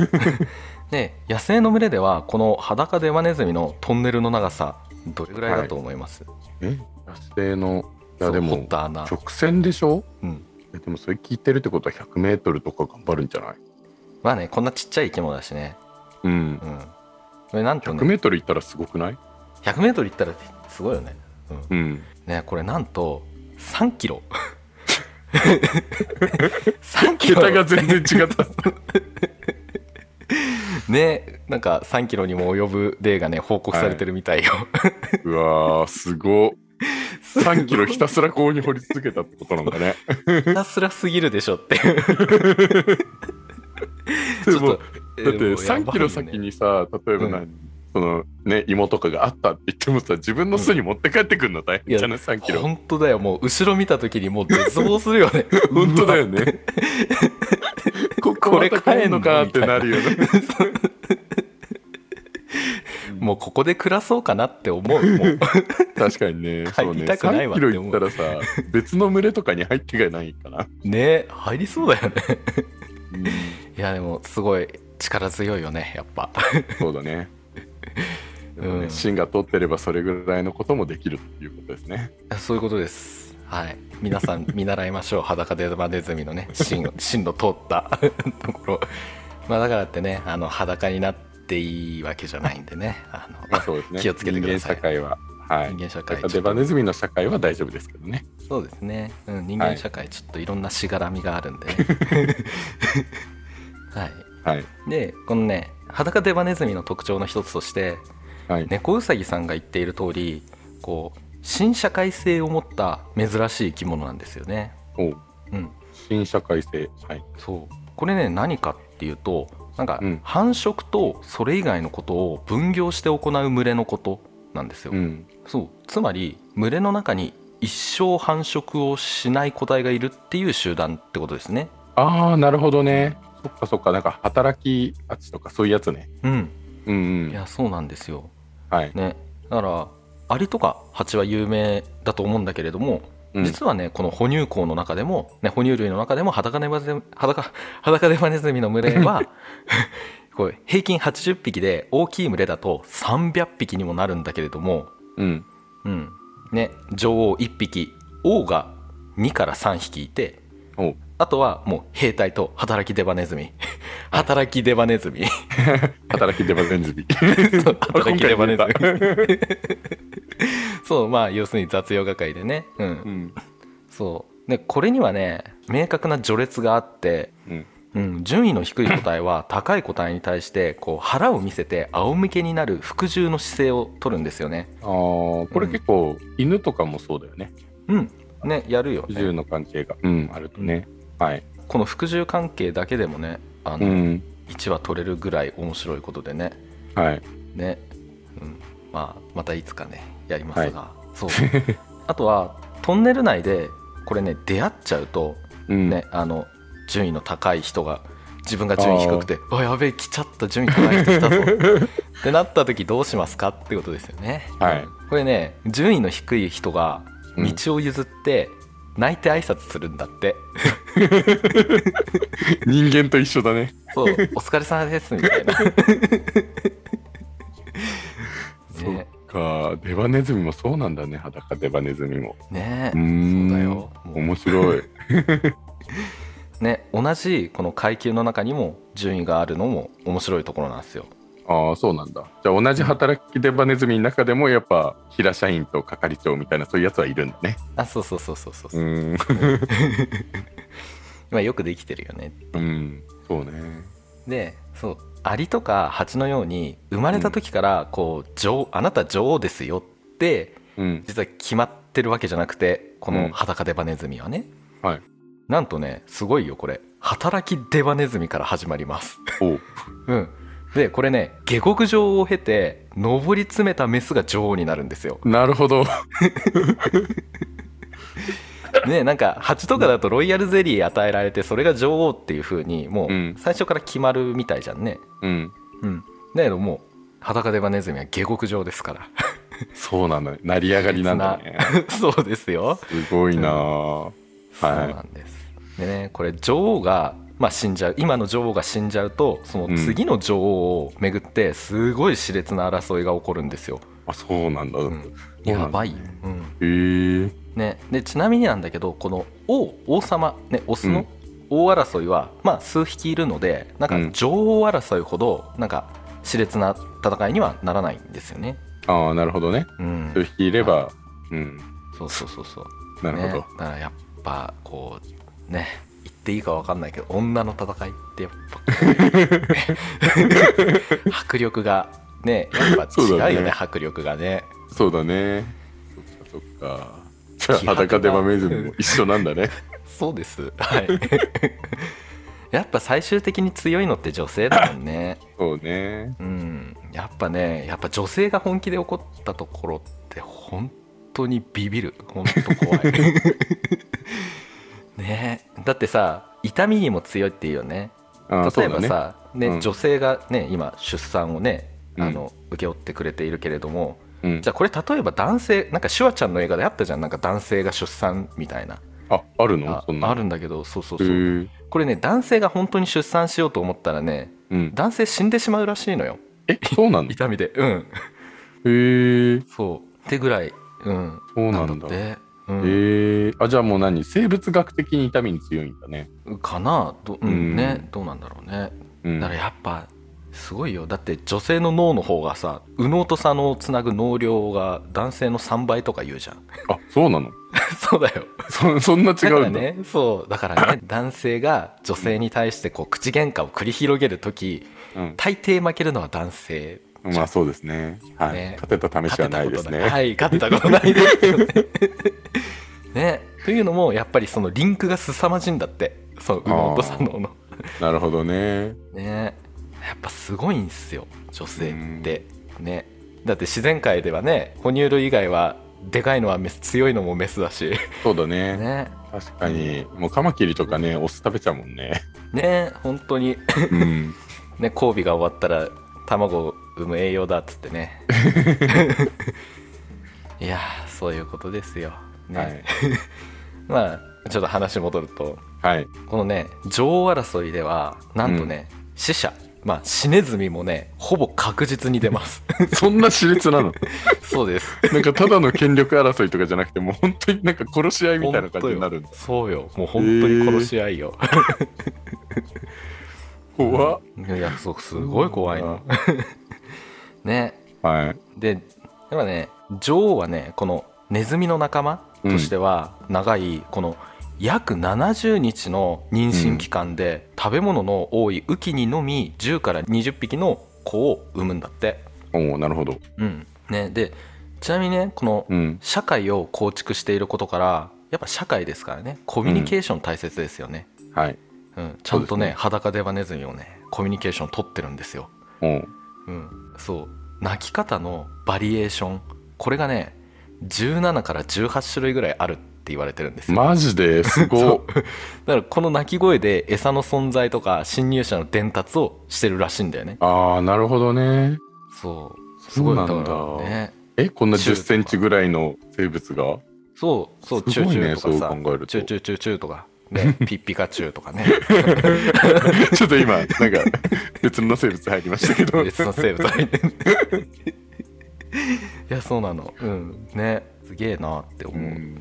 Speaker 1: で野生の群れではこの裸デマネズミのトンネルの長さどれぐらいだと思います、
Speaker 2: え野生のい
Speaker 1: そ
Speaker 2: や
Speaker 1: う
Speaker 2: で
Speaker 1: 掘
Speaker 2: も
Speaker 1: った穴
Speaker 2: 直線でしょ
Speaker 1: うん
Speaker 2: えでもそれ聞いてるってことは 100m とか頑張るんじゃない
Speaker 1: まあねこんなちっちゃい生き物だしね
Speaker 2: うん
Speaker 1: うんこれなんとね
Speaker 2: 100m 行ったらすごくない
Speaker 1: 100m 行ったらすごいよねうん
Speaker 2: うん
Speaker 1: ねこれなんと3キ ロ3キロ
Speaker 2: 全然 違った
Speaker 1: ねなんか3キロにも及ぶ例がね報告されてるみたいよ、
Speaker 2: うわーすごっ3キロひたすらこうに掘り続けたってことなん だね
Speaker 1: ひたすらすぎるでしょっていう
Speaker 2: で
Speaker 1: ちょっ
Speaker 2: も
Speaker 1: と
Speaker 2: だって
Speaker 1: えーもうやばいよね
Speaker 2: 3キロ先にさ例えばな、
Speaker 1: う
Speaker 2: そのね芋とかがあったって言ってもさ自分の巣に持って帰ってくるの大変じゃない3キロ
Speaker 1: 本当だよもう後ろ見た時にもう絶望するよ ね
Speaker 2: 本当だよ ねここまた帰んのかってなるよね
Speaker 1: もうここで暮らそうかなって思うもう
Speaker 2: 確かに ね。
Speaker 1: 帰り
Speaker 2: そうね。
Speaker 1: たくない
Speaker 2: 3
Speaker 1: わ
Speaker 2: キ
Speaker 1: って思
Speaker 2: ロ行
Speaker 1: う
Speaker 2: ったらさ、別の群れとかに入っていかないかな。
Speaker 1: ね入りそうだよねいやでもすごい力強いよねやっぱ
Speaker 2: そうだね。でも
Speaker 1: う
Speaker 2: ね
Speaker 1: ん
Speaker 2: 芯が通ってればそれぐらいのこともできるということですね。
Speaker 1: そういうことですはい皆さん見習いましょう裸デマネズミのね芯を芯の通ったところまあだからってねあの裸になっていいわけじゃないんでねあの
Speaker 2: まあそうですね。
Speaker 1: 気をつけてください
Speaker 2: 人間社会は。はい。
Speaker 1: 人間社会
Speaker 2: デバネズミの社会は大丈夫ですけどね。
Speaker 1: そうですね、うん、人
Speaker 2: は
Speaker 1: 間
Speaker 2: い
Speaker 1: 社会ちょっといろんなしがらみがある んでねはい、
Speaker 2: はい。
Speaker 1: でこのね裸デバネズミの特徴の一つとして
Speaker 2: はい。
Speaker 1: 猫うさぎさんが言っている通りこう新社会性を持った珍しい生き物なんですよね
Speaker 2: おう
Speaker 1: うん
Speaker 2: 新社会性。はい。
Speaker 1: そうこれね何かっていうとなんか
Speaker 2: うん
Speaker 1: 繁殖とそれ以外のことを分業して行う群れのことなんですよ、
Speaker 2: うん。
Speaker 1: そうつまり群れの中に一生繁殖をしない個体がいるっていう集団ってことですね
Speaker 2: ああ、なるほどね。そっかそっか。なんか働きあっちとかそういうやつね。
Speaker 1: うん
Speaker 2: うんう
Speaker 1: い
Speaker 2: ん。
Speaker 1: やそうなんですよ
Speaker 2: はい。
Speaker 1: ねだからアリとかハチは有名だと思うんだけれども
Speaker 2: うん
Speaker 1: 実はねこの哺乳綱の中でも、ね、哺乳類の中でも裸ネバゼ裸裸ネバネズミの群れはこう平均80匹で大きい群れだと300匹にもなるんだけれども、
Speaker 2: うん。
Speaker 1: うんね、女王1匹王が2から3匹いて
Speaker 2: おう
Speaker 1: あとはもう兵隊と働きデバネズミ働きデバネズ ミ
Speaker 2: 働きデバネズミ。
Speaker 1: そう働きデバネズ
Speaker 2: 今
Speaker 1: ミそうまあ要するに雑用係でね、うん
Speaker 2: うん。
Speaker 1: そうでこれにはね明確な序列があって、
Speaker 2: うん。
Speaker 1: うん、順位の低い個体は高い個体に対してこう腹を見せて仰向けになる服従の姿勢を取るんですよね。
Speaker 2: ああこれ結構犬とかもそうだよね
Speaker 1: うんねやるよ、
Speaker 2: 銃
Speaker 1: ね、
Speaker 2: の関係が、うん、あるとね、はい、
Speaker 1: この服従関係だけでもねあ
Speaker 2: う
Speaker 1: の、
Speaker 2: ん
Speaker 1: 1話取れるぐらい面白いことでね
Speaker 2: はい、
Speaker 1: ね、うんまあ、またいつかねやりますが、そうあとはトンネル内でこれね出会っちゃうと
Speaker 2: うん
Speaker 1: ね、あの順位の高い人が自分が順位低くて「あやべえ来ちゃった順位高い人来た ぞ」ってなった時どうしますかってことですよね。
Speaker 2: はい
Speaker 1: これね順位の低い人が
Speaker 2: うん
Speaker 1: 道を譲って泣いて挨拶するんだって、
Speaker 2: 人間と一緒だね
Speaker 1: そうお疲れ様ですみたいなね
Speaker 2: そっか、デバネズミもそうなんだね、裸デバネズミも。
Speaker 1: ね
Speaker 2: うーん
Speaker 1: そうだよも
Speaker 2: 面白い。
Speaker 1: うね同じこの階級の中にも順位があるのも面白いところなんですよ
Speaker 2: ああ、そうなんだ。じゃあ、同じ働きデバネズミの中でも、やっぱ、平社員と係長みたいな、そういうやつはいるんだね。
Speaker 1: あそうそうそうそうそう
Speaker 2: う
Speaker 1: そう、
Speaker 2: ーん。
Speaker 1: まあよくできてるよね
Speaker 2: うん、そうね。
Speaker 1: でそうアリとかハチのように生まれた時からこう、女王あなた女王ですよって
Speaker 2: うん。
Speaker 1: 実は決まってるわけじゃなくてこ
Speaker 2: う
Speaker 1: の
Speaker 2: ん
Speaker 1: 裸デバネズミはね、
Speaker 2: はい
Speaker 1: なんとねすごいよこれ働きデバネズミから始まります
Speaker 2: おう
Speaker 1: うんでこれね下克上を経て上り詰めたメスが女王になるんですよ
Speaker 2: なるほど。
Speaker 1: ねなんか蜂とかだとロイヤルゼリー与えられてそれが女王っていう風にも
Speaker 2: うん
Speaker 1: う最初から決まるみたいじゃんね
Speaker 2: うん。
Speaker 1: うんだけどもう裸デバネズミは下克上ですから
Speaker 2: そうなのよ。成り上がりなんだね。
Speaker 1: そうですよ
Speaker 2: すごいなあ
Speaker 1: そうなんです。でねこれ女王が、まあ、死んじゃう今の女王が死んじゃうとその次の女王を巡ってすごい熾烈な争いが起こるんですよ。
Speaker 2: あ、そうなんだ。
Speaker 1: うんやばいよ。うん
Speaker 2: へえ。
Speaker 1: ね、でちなみになんだけどこの王王様、ね、オス
Speaker 2: う
Speaker 1: の
Speaker 2: ん
Speaker 1: 王争いは、まあ、数匹いるのでなん
Speaker 2: う
Speaker 1: か
Speaker 2: ん
Speaker 1: 女王争いほどなんか熾烈な戦いにはならないんですよね。
Speaker 2: ああ、なるほどね。
Speaker 1: うん
Speaker 2: そういう、人いれば、うん、
Speaker 1: そうそうそうそう
Speaker 2: なるほ
Speaker 1: ね、だからやっぱこうね言っていいかわかんないけど女の戦いってやっぱこう迫 力がねやっぱ違うよ
Speaker 2: そうだ
Speaker 1: ね
Speaker 2: ね
Speaker 1: 迫力がね
Speaker 2: ど。そうだね。そっかそっか。
Speaker 1: 気
Speaker 2: じゃあ、
Speaker 1: 迫が
Speaker 2: 裸でバメズミも一緒なんだ ね。
Speaker 1: そうですはい やっぱ最終的に強いのって女性だもんね
Speaker 2: そうね。
Speaker 1: うんやっぱねやっぱ女性が本気で怒ったところって本当にビビる本当 怖いねだってさ痛みにも強いっていうよね
Speaker 2: ああ、そ
Speaker 1: 例え
Speaker 2: うだ
Speaker 1: ば
Speaker 2: ね。
Speaker 1: さ、ね
Speaker 2: うん
Speaker 1: 女性が、ね、今出産をね
Speaker 2: うん
Speaker 1: あの請け負ってくれているけれども、
Speaker 2: うん
Speaker 1: じゃあこれ例えば男性なんかシュワちゃんの映画であったじゃんなんか男性が出産みたいな
Speaker 2: あ、あるの
Speaker 1: あ
Speaker 2: そんなの。
Speaker 1: あるんだけどそうそう
Speaker 2: へ
Speaker 1: そう、
Speaker 2: え。
Speaker 1: これね男性が本当に出産しようと思ったらね
Speaker 2: うん。
Speaker 1: 男性死んでしまうらしいのよ
Speaker 2: え、そ うなの
Speaker 1: 痛みでうん
Speaker 2: へえ。
Speaker 1: そうってぐらい、うん、
Speaker 2: そうなんだ。
Speaker 1: っ
Speaker 2: へ
Speaker 1: て、うん
Speaker 2: え。あ、じゃあもう何生物学的に痛みに強いんだね。
Speaker 1: かなど,、う
Speaker 2: うん
Speaker 1: んね、どうなんだろうね
Speaker 2: うん
Speaker 1: だからやっぱすごいよだって女性の脳の方がさ右脳と左脳をつなぐ脳量が男性の3倍とか言うじゃん
Speaker 2: あ、そうなの
Speaker 1: そうだよ
Speaker 2: そそんな違
Speaker 1: だか
Speaker 2: う
Speaker 1: ら
Speaker 2: んだ。
Speaker 1: ねそうだ からね男性が女性に対してこう口喧嘩を繰り広げる時
Speaker 2: うん
Speaker 1: 大抵負けるのは男性
Speaker 2: まあそうですね。はい。
Speaker 1: ね
Speaker 2: 勝てた試しはないですね。
Speaker 1: はい勝てたことないです よねねというのもやっぱりそのリンクが凄まじいんだってそう右脳と左脳の
Speaker 2: なるほどね。
Speaker 1: ねやっぱすごいんすよ女性ってねだって自然界ではね哺乳類以外はでかいのはメス強いのもメスだし
Speaker 2: そうだ ね。
Speaker 1: ね
Speaker 2: 確かに。もうカマキリとかね、オス食べちゃうもんね。
Speaker 1: ね本当に
Speaker 2: うん。
Speaker 1: ね交尾が終わったら卵を産む栄養だっつって ねいやーそういうことですよ、ね
Speaker 2: はい。
Speaker 1: まあちょっと話戻ると
Speaker 2: はい。
Speaker 1: このね女王争いではなんとね、死者まあ死ネズミもねほぼ確実に出ます
Speaker 2: そんな熾 烈なの
Speaker 1: そうです
Speaker 2: なんかただの権力争いとかじゃなくて、もう本当になんか殺し合いみたいな感じになるんだ。
Speaker 1: そうよもう本当に殺し合いよ、
Speaker 2: 怖っ。
Speaker 1: いやそうすごい怖いのね
Speaker 2: はい。
Speaker 1: ででもね女王はねこのネズミの仲間としては長いこの約70日の妊娠期間で食べ物の多い雨季にのみ10から20匹の子を産むんだって
Speaker 2: おおなるほど。
Speaker 1: うんねでちなみにねこの
Speaker 2: うん。
Speaker 1: 社会を構築していることからやっぱ社会ですからねコミュニケーション大切ですよね、
Speaker 2: はい。
Speaker 1: うん、ちゃんとね
Speaker 2: そうですね
Speaker 1: 裸デバネズミをねコミュニケーション取ってるんですよ、
Speaker 2: おう
Speaker 1: うん、そう泣き方のバリエーションこれがね17から18種類ぐらいあるって言われてるんですよ、
Speaker 2: マジです
Speaker 1: そ
Speaker 2: ごっ
Speaker 1: うだからこの鳴き声で餌の存在とか侵入者の伝達をしてるらしいんだよね
Speaker 2: ああ、なるほどね。
Speaker 1: そうす
Speaker 2: そ
Speaker 1: ご
Speaker 2: う
Speaker 1: い
Speaker 2: な
Speaker 1: だ
Speaker 2: んだ
Speaker 1: からね
Speaker 2: え、こんな
Speaker 1: 中
Speaker 2: 10
Speaker 1: 毒
Speaker 2: センチぐらいの生物が
Speaker 1: そうそう
Speaker 2: すごいね、
Speaker 1: チ
Speaker 2: そ
Speaker 1: ューチュー
Speaker 2: う
Speaker 1: と
Speaker 2: 考
Speaker 1: かさ
Speaker 2: えると。
Speaker 1: チューチューチューチューとか、ね、ピッピカチューとかね
Speaker 2: ちょっと 今、なんか別の生物入りましたけど。
Speaker 1: 別の生物入ってるいやそうなのうんねすげえなって思う、うん
Speaker 2: ん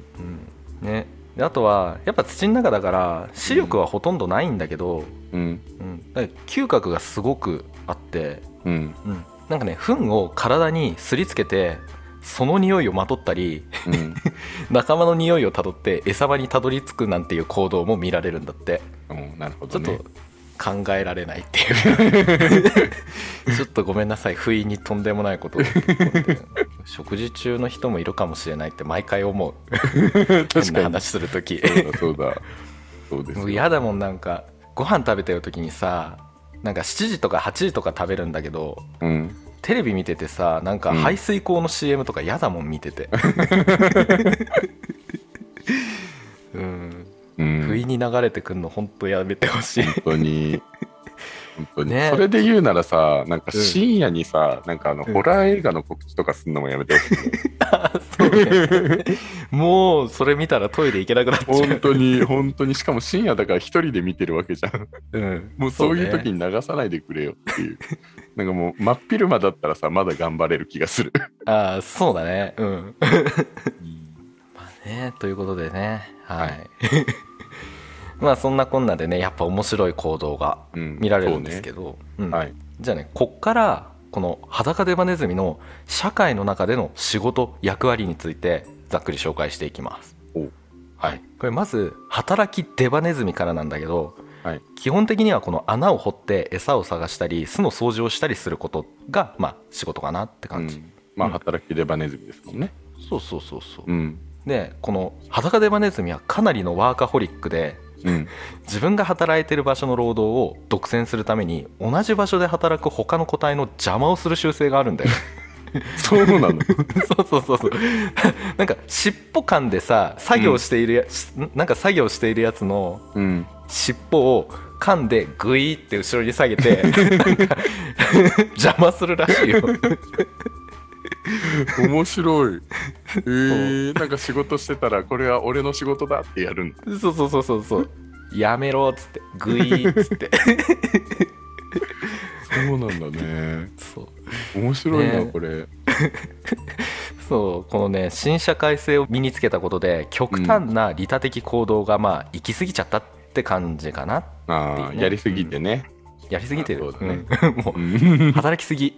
Speaker 1: ねであとはやっぱ土の中だから視力はほとんどないんだけど、
Speaker 2: うん
Speaker 1: うん、だから嗅覚がすごくあって、
Speaker 2: うん
Speaker 1: うん、なんかね糞を体にすりつけてその匂いをまとったり
Speaker 2: うん
Speaker 1: 仲間の匂いをたどって餌場にたどり着くなんていう行動も見られるんだって
Speaker 2: うんなるほ
Speaker 1: ち
Speaker 2: ど
Speaker 1: ょっ
Speaker 2: ね
Speaker 1: と考えられないっていう ちょっとごめんなさい不意にとんでもないことを言って食事中の人もいるかもしれないって毎回思う変な
Speaker 2: 確か に
Speaker 1: 話する時
Speaker 2: そうだそうだそうです
Speaker 1: も
Speaker 2: よ
Speaker 1: う嫌だもんなんかご飯食べてる時にさなんか7時とか8時とか食べるんだけど
Speaker 2: うん
Speaker 1: テレビ見ててさなんか
Speaker 2: うん
Speaker 1: 排水口の CM とか嫌だもん見て てうん
Speaker 2: うん
Speaker 1: 不意に流れてくんの本当やめてほしい
Speaker 2: 本当に本当に、
Speaker 1: ね
Speaker 2: それで言うならさなんか
Speaker 1: うん
Speaker 2: 深夜にさ、なんかあの、
Speaker 1: うん
Speaker 2: ホラー映画の告知とかすんのもやめてほしい
Speaker 1: そうねもうそれ見たらトイレ行けなくなっちゃ
Speaker 2: 本
Speaker 1: う、
Speaker 2: 当に本当にしかも深夜だから一人で見てるわけじゃん
Speaker 1: うん、
Speaker 2: もうそういう
Speaker 1: ね
Speaker 2: 時に流さないでくれよっていうなんかもう真っ昼間だったらさまだ頑張れる気がする、
Speaker 1: ああそうだねうんまあねということでねはい まあそんなこんなでねやっぱ面白い行動が
Speaker 2: うん
Speaker 1: 見られるんですけど、うん
Speaker 2: そうねはい
Speaker 1: じゃあねこっからこの裸デバネズミの社会の中での仕事役割についてざっくり紹介していきます
Speaker 2: お
Speaker 1: はい、これまず働きデバネズミからなんだけど、
Speaker 2: はい
Speaker 1: 基本的にはこの穴を掘って餌を探したり巣の掃除をしたりすることが、まあ、仕事かなって
Speaker 2: う
Speaker 1: 感じ、
Speaker 2: ん、まあ
Speaker 1: うん
Speaker 2: 働きデバネズミですもんね
Speaker 1: そうそうそうそう、
Speaker 2: うん
Speaker 1: でこの裸デバネズミはかなりのワーカホリックで
Speaker 2: うん
Speaker 1: 自分が働いてる場所の労働を独占するために同じ場所で働く他の個体の邪魔をする習性があるん だよ
Speaker 2: そうなの
Speaker 1: そうそうそうそうなんか尻尾感でさ作業しているや、しなんか作業しているやつの
Speaker 2: うん
Speaker 1: 尻尾を噛んでグイって後ろに下げてなんか邪魔するらしいよ
Speaker 2: 面白いえー、なんか仕事してたらこれは俺の仕事だってやるんだ
Speaker 1: そうそうそうそうそうやめろっつってグイっつって
Speaker 2: そうなんだ ね
Speaker 1: そう
Speaker 2: 面白いな、
Speaker 1: ね
Speaker 2: これ
Speaker 1: そうこのね新社会性を身につけたことで極端な利他的行動がまあ行き過ぎちゃったって感じかな
Speaker 2: あ
Speaker 1: い
Speaker 2: あ、
Speaker 1: いね
Speaker 2: やりすぎてね、
Speaker 1: やりすぎて
Speaker 2: あ
Speaker 1: る
Speaker 2: そうだね
Speaker 1: うんもう働きすぎっ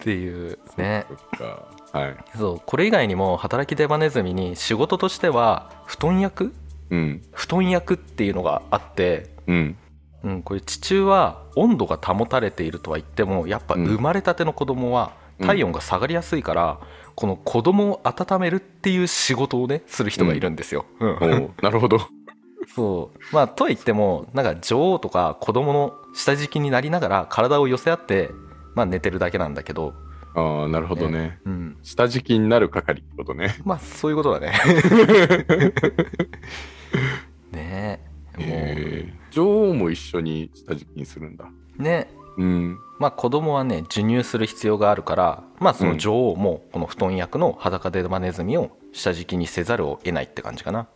Speaker 1: ていうね
Speaker 2: そっかはい
Speaker 1: そうこれ以外にも働き手バネズミに仕事としては布団役
Speaker 2: うん
Speaker 1: 布団役っていうのがあって
Speaker 2: うん
Speaker 1: うん、これ地中は温度が保たれているとは言ってもやっぱ
Speaker 2: うん
Speaker 1: 生まれたての子供は
Speaker 2: うん
Speaker 1: 体温が下がりやすいから、この子供を温めるっていう仕事をねする人がいるんですよ。うん
Speaker 2: お うなるほど
Speaker 1: そうまあとは言ってもなんか女王とか子供の下敷きになりながら体を寄せ合って、まあ、寝てるだけなんだけど、
Speaker 2: ああなるほどね
Speaker 1: うん、
Speaker 2: 下敷きになる係ってことね
Speaker 1: まあそういうこと だね。ねえもう、
Speaker 2: えー女王も一緒に下敷きにするんだ
Speaker 1: ね
Speaker 2: うん
Speaker 1: まあ、子供はね授乳する必要があるから、まあ、その女王もこの布団役の裸デバネズミを下敷きにせざるを得ないって感じかな
Speaker 2: あ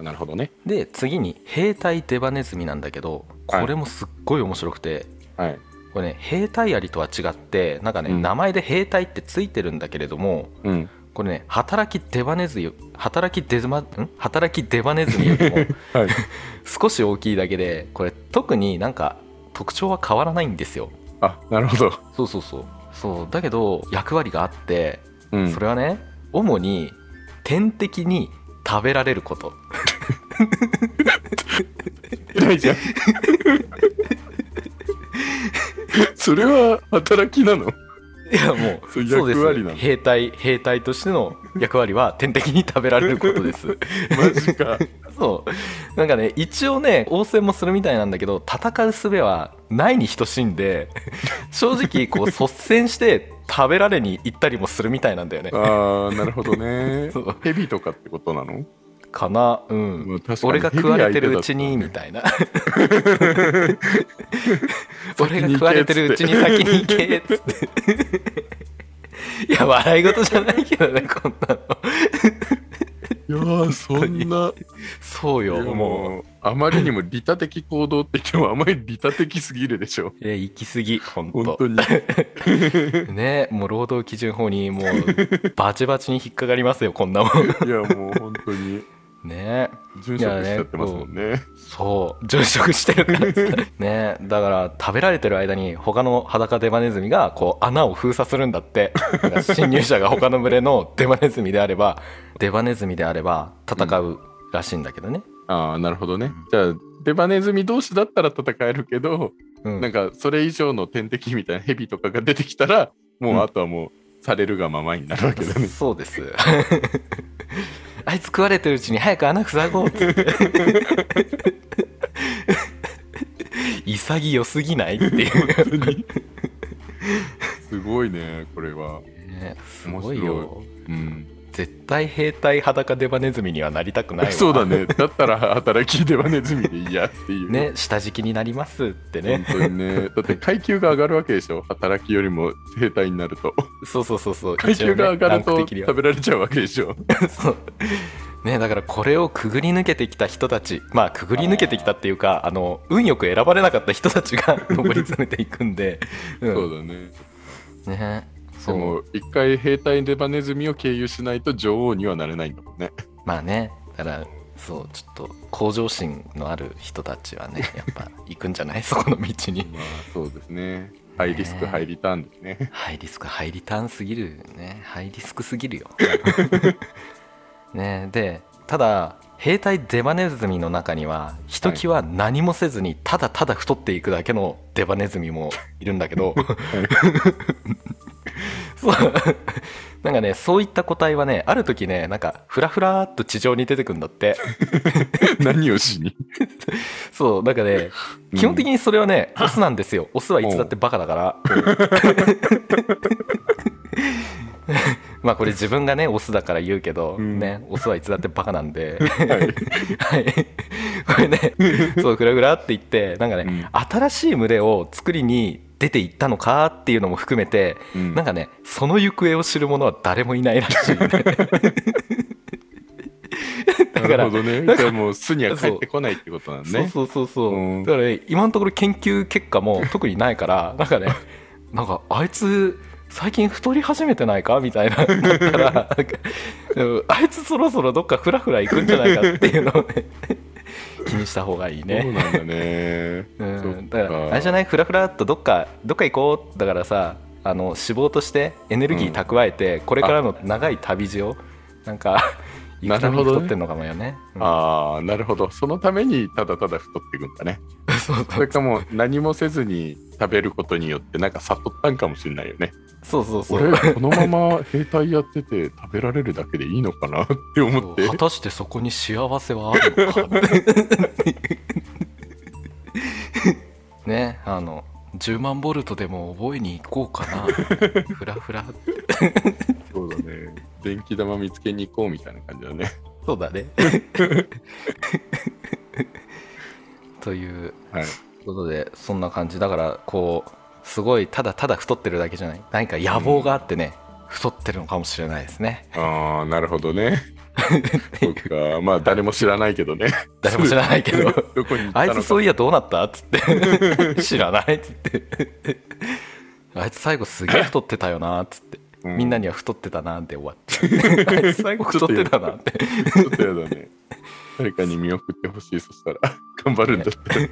Speaker 2: あなるほどね
Speaker 1: で次に兵隊デバネズミなんだけどこれもすっごい面白くて、
Speaker 2: はい
Speaker 1: これね兵隊アリとは違ってなんかね、
Speaker 2: うん
Speaker 1: 名前で兵隊ってついてるんだけれども
Speaker 2: うん
Speaker 1: これね働きデバネズミ働きデバん働きデバネズミよりも
Speaker 2: はい
Speaker 1: 少し大きいだけでこれ特になんか特徴は変わらないんですよ
Speaker 2: あなるほど
Speaker 1: そうそうそうそうだけど役割があって、
Speaker 2: うん
Speaker 1: それはね主に天敵に食べられること
Speaker 2: 偉いじゃんそれは働きなの
Speaker 1: いやもう
Speaker 2: そ れ
Speaker 1: そうです
Speaker 2: 役割なの
Speaker 1: 兵隊兵隊としての役割は天敵に食べられることです
Speaker 2: マジか
Speaker 1: そうなんかね一応ね応戦もするみたいなんだけど戦う術はないに等しいん で正直こう率先して食べられに行ったりもするみたいなんだよね
Speaker 2: ああなるほどね
Speaker 1: そう
Speaker 2: ヘビとかってことなの
Speaker 1: かなうん
Speaker 2: まあ確かに
Speaker 1: 俺が食われてるうちに
Speaker 2: ヘビ
Speaker 1: みたい な俺が食われてるうちに
Speaker 2: 先
Speaker 1: 先に行けっつって いや笑い事じゃないけどねこんなの
Speaker 2: いやー、そんな。
Speaker 1: そうよ
Speaker 2: いや
Speaker 1: もう
Speaker 2: う、あまりにも利他的行動って言っても、あまり利他的すぎるでしょ。
Speaker 1: いや行き過ぎ本当
Speaker 2: 本当に。
Speaker 1: ねもう労働基準法にもうバチバチに引っかかりますよこんなも
Speaker 2: いや、もう本当に。
Speaker 1: んね
Speaker 2: 殉職しちゃってますもんね。
Speaker 1: そう殉職してるからさねだから食べられてる間に他の裸デマネズミがこう穴を封鎖するんだ ってだから侵入者が他の群れのデマネズミであればデバネズミであれば戦うらしいんだけどね、
Speaker 2: ああ、なるほどね。じゃあ、デバネズミ同士だったら戦えるけど、
Speaker 1: うん
Speaker 2: なんかそれ以上の天敵みたいなヘビとかが出てきたら、
Speaker 1: う
Speaker 2: も
Speaker 1: ん
Speaker 2: うあとはもう、されるがままになるわけ だね。
Speaker 1: そうですあいつ食われてるうちに早く穴塞ごうっつって 潔すぎないっていう
Speaker 2: 本当に。すごいね、これは。
Speaker 1: ねす
Speaker 2: 面
Speaker 1: ご
Speaker 2: 白い
Speaker 1: いよ
Speaker 2: うん。
Speaker 1: 絶対兵隊裸デバネズミにはなりたくないわ
Speaker 2: そうだね。だったら働きデバネズミでいいやっていう。
Speaker 1: ね下敷きになりますって
Speaker 2: 本
Speaker 1: ね
Speaker 2: 当 にね。だって階級が上がるわけでしょ。働きよりも兵隊になると。
Speaker 1: そうそうそうそう
Speaker 2: 階級が上が
Speaker 1: 一応ね
Speaker 2: る
Speaker 1: ラン
Speaker 2: と
Speaker 1: ク的には
Speaker 2: 食べられちゃうわけでしょ。
Speaker 1: そうねだからこれをくぐり抜けてきた人たちまあくぐり抜けてきたっていうかあの運よく選ばれなかった人たちが 上り詰めていくんで、う
Speaker 2: そ
Speaker 1: ん、
Speaker 2: うだね。
Speaker 1: ね
Speaker 2: で
Speaker 1: そう
Speaker 2: も一回兵隊デバネズミを経由しないと女王にはなれないんだもんね。
Speaker 1: まあねだからそうちょっと向上心のある人たちはねやっぱ行くんじゃない そこの道に
Speaker 2: まあそうですね。ハイリスク、
Speaker 1: ね
Speaker 2: ハイリターンですね。
Speaker 1: ハイリスクハイリターンすぎるねハイリスクすぎるよねでただ兵隊デバネズミの中にはひときわ何もせずにただただ太っていくだけのデバネズミもいるんだけど そうなんかねそういった個体はねある時ねなんかフラフラーっと地上に出てくんだって
Speaker 2: 何をしに。
Speaker 1: そうなんかね
Speaker 2: うん
Speaker 1: 基本的にそれはね、オスなんですよオスはいつだってバカだから、まあこれ自分がねオスだから言うけど、
Speaker 2: うん
Speaker 1: ねオスはいつだってバカなん で
Speaker 2: はい
Speaker 1: はいこれねそうグラグラって言ってなんかね、新しい群れを作りに出ていったのかっていうのも含めて、
Speaker 2: うん
Speaker 1: なんかねその行方を知る者は誰もいないらしいんでだか
Speaker 2: なる
Speaker 1: ら
Speaker 2: ほどね。じゃあもう巣には帰ってこないってことなんね。
Speaker 1: そうそうそうそう、
Speaker 2: うん
Speaker 1: だからね今のところ研究結果 も特にないからなんかねなんかあいつ最近太り始めてないかみたい なだったらなんかうんあいつそろそろどっかフラフラ行くんじゃないかっていうのをね気にした方がいい
Speaker 2: そう
Speaker 1: ね、
Speaker 2: なんだね。
Speaker 1: うん、だか
Speaker 2: そっ
Speaker 1: らあれじゃないフラフラっとどっかどっか行こうだからさあの脂肪としてエネルギー蓄えて、これからの長い旅路をなんか行くために
Speaker 2: なるほどね
Speaker 1: 太ってんのかもよねうん
Speaker 2: ああ、なるほど。そのためにただただ太っていくんだね。
Speaker 1: そうそう
Speaker 2: それかもう何もせずに食べることによってなんか悟ったんかもしれないよね。
Speaker 1: そうそうそう
Speaker 2: 俺このまま兵隊やってて食べられるだけでいいのかなって思って
Speaker 1: 果たしてそこに幸せはあるのかねあの10万ボルトでも覚えに行こうか なフラフラ
Speaker 2: そうだね電気玉見つけに行こうみたいな感じだね
Speaker 1: そうだねという
Speaker 2: はい
Speaker 1: ことでそんな感じだからこうすごいただただ太ってるだけじゃない何か野望があってね、太ってるのかもしれないですね
Speaker 2: ああなるほ どねそっかまあ誰も知らないけどね
Speaker 1: 誰も知らないけ ど
Speaker 2: どこに行った
Speaker 1: あい
Speaker 2: のか
Speaker 1: つそういやどうなったっつ って知らないっつってあいつ最後すげえ太ってたよなっつって
Speaker 2: う
Speaker 1: みんなには太ってたなで終わって あいつ最後太ってたなって
Speaker 2: ちょっとやだ ね誰かに見送ってほしいそしたら頑張るんだって、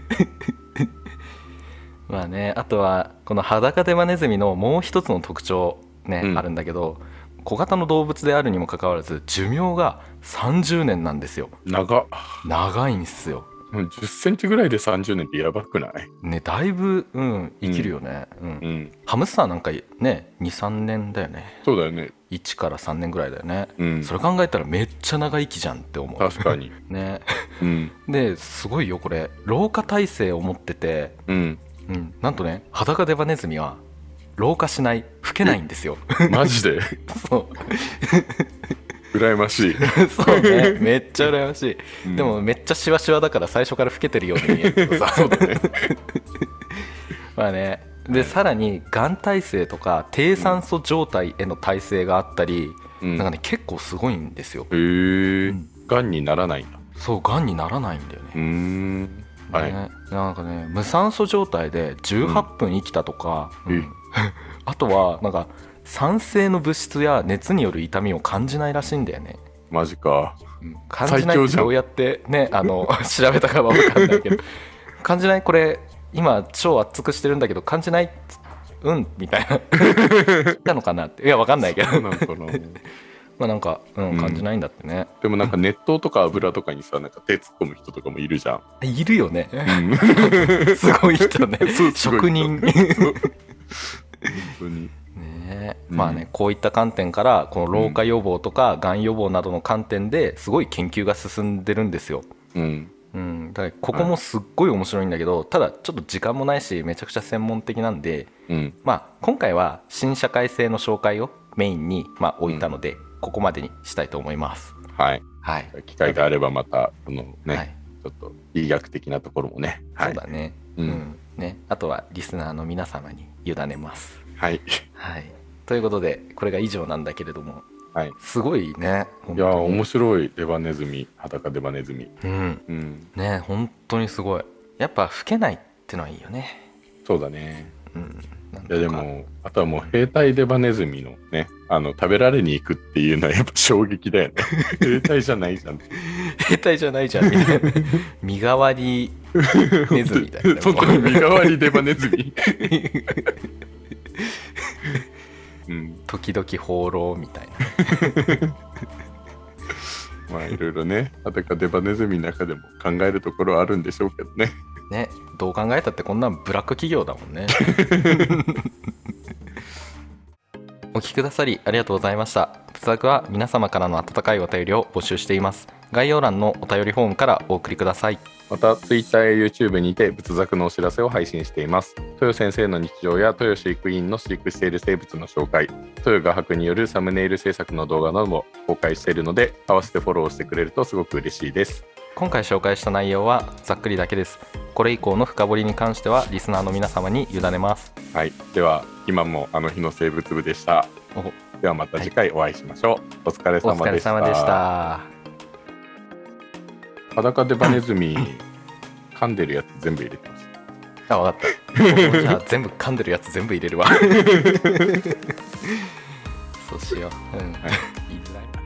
Speaker 1: まあねあとはこの裸デマネズミのもう一つの特徴ね、
Speaker 2: うん
Speaker 1: あるんだけど小型の動物であるにもかかわらず寿命が30年なんですよ
Speaker 2: 長っ
Speaker 1: 長いんですよ
Speaker 2: 1 0ンチぐらいで30年ってやばくない
Speaker 1: ねだいぶ、うん、生きるよね、うん
Speaker 2: うん
Speaker 1: ハムスターなんかね23年だよね
Speaker 2: そうだよね
Speaker 1: 1から3年ぐらいだよね
Speaker 2: うん
Speaker 1: それ考えたらめっちゃ長生きじゃんって思う
Speaker 2: 確かに
Speaker 1: ね
Speaker 2: うん
Speaker 1: ですごいよこれ老化耐性を持ってて、
Speaker 2: うん
Speaker 1: うん、なんとね裸デバネズミは老化しない老けないんですよ
Speaker 2: マジで
Speaker 1: そう
Speaker 2: 羨ましい、
Speaker 1: そうねめっちゃ羨ましい、
Speaker 2: うん
Speaker 1: でもめっちゃシワシワだから最初から老けてるように見えるけど さ まあねでさらにがん耐性とか低酸素状態への耐性があったり、
Speaker 2: うん
Speaker 1: なんかね結構すごいんですよ
Speaker 2: へえ、
Speaker 1: うん
Speaker 2: がんにならないんだ。
Speaker 1: そうがんにならないんだよね
Speaker 2: うーん。はい。
Speaker 1: ねなんかね無酸素状態で18分生きたとか、
Speaker 2: うん
Speaker 1: うんあとはなんか酸性の物質や熱による痛みを感じないらしいんだよね、
Speaker 2: マジか。
Speaker 1: うん感じない
Speaker 2: 最強
Speaker 1: っ
Speaker 2: じ
Speaker 1: て
Speaker 2: ゃん
Speaker 1: どうやってねあの 調べたかは分かんないけど 感じないこれ今超熱くしてるんだけど感じないうんみたい な聞いたのかなっていや分かんないけど
Speaker 2: そうなのかな。
Speaker 1: まあなんか、う
Speaker 2: うん
Speaker 1: ん、感じないんだってね、
Speaker 2: でもなんか熱湯とか油とかにさ、なんか手突っ込む人とかもいるじゃん。
Speaker 1: いるよね
Speaker 2: う ん。
Speaker 1: すごい人ね
Speaker 2: そうすごい
Speaker 1: 職人ね
Speaker 2: そう本当に。
Speaker 1: え
Speaker 2: うん
Speaker 1: まあねこういった観点からこの老化予防とかがん予防などの観点ですごい研究が進んでるんですよ、
Speaker 2: うん。
Speaker 1: うん、だからここもすっごい面白いんだけどただちょっと時間もないしめちゃくちゃ専門的なんで、
Speaker 2: うん。
Speaker 1: まあ、今回は新社会性の紹介をメインに、まあ、置いたので、ここまでにしたいと思います。
Speaker 2: はい。
Speaker 1: はい、
Speaker 2: 機会があればまた、このね、
Speaker 1: はい
Speaker 2: ちょっと医学的なところもね。は
Speaker 1: そう
Speaker 2: い。
Speaker 1: だね,、
Speaker 2: う
Speaker 1: うんんねあとはリスナーの皆様に委ねます。
Speaker 2: はい。
Speaker 1: はい、ということでこれが以上なんだけれども、
Speaker 2: はい
Speaker 1: すごいね
Speaker 2: いやー、
Speaker 1: 本当に
Speaker 2: 面白い。デバネズミ、裸デバネズミ。
Speaker 1: うん
Speaker 2: うん。
Speaker 1: ね本当にすごいやっぱ老けないってのはいいよね
Speaker 2: そうだね。
Speaker 1: うんなん
Speaker 2: い
Speaker 1: と
Speaker 2: や
Speaker 1: か
Speaker 2: でも、あとはもう兵隊デバネズミのね、あの、食べられに行くっていうのはやっぱ衝撃だ よね。兵隊じゃないじゃん。
Speaker 1: 兵隊じゃないじゃんみたい な身代わりネズミだよね
Speaker 2: 本当に身代わりデバネズ ミ。うん、
Speaker 1: 時々放浪みたいな
Speaker 2: まあいろいろね、あたかデバネズミの中でも考えるところはあるんでしょうけどね。
Speaker 1: ねどう考えたってこんなんブラック企業だもんね お聞きくださりありがとうございました仏作は皆様からの温かいお便りを募集しています概要欄のお便りフォームからお送りください
Speaker 2: また Twitter や YouTube にて仏作のお知らせを配信しています豊先生の日常や豊飼育員の飼育している生物の紹介豊画伯によるサムネイル制作の動画なども公開しているので合わせてフォローしてくれるとすごく嬉しいです
Speaker 1: 今回紹介した内容はざっくりだけですこれ以降の深掘りに関してはリスナーの皆様に委ねます
Speaker 2: はいでは今もあの日の生物部でした
Speaker 1: お
Speaker 2: ではまた次回お会いしましょう、お疲れ
Speaker 1: お
Speaker 2: 様
Speaker 1: 疲
Speaker 2: で
Speaker 1: れ
Speaker 2: した
Speaker 1: 様でした
Speaker 2: 裸でバネズミ噛んでるやつ全部入れてました
Speaker 1: あ分かった僕 もじゃあ全部噛んでるやつ全 部入れるわそうしよううん、言いづらいな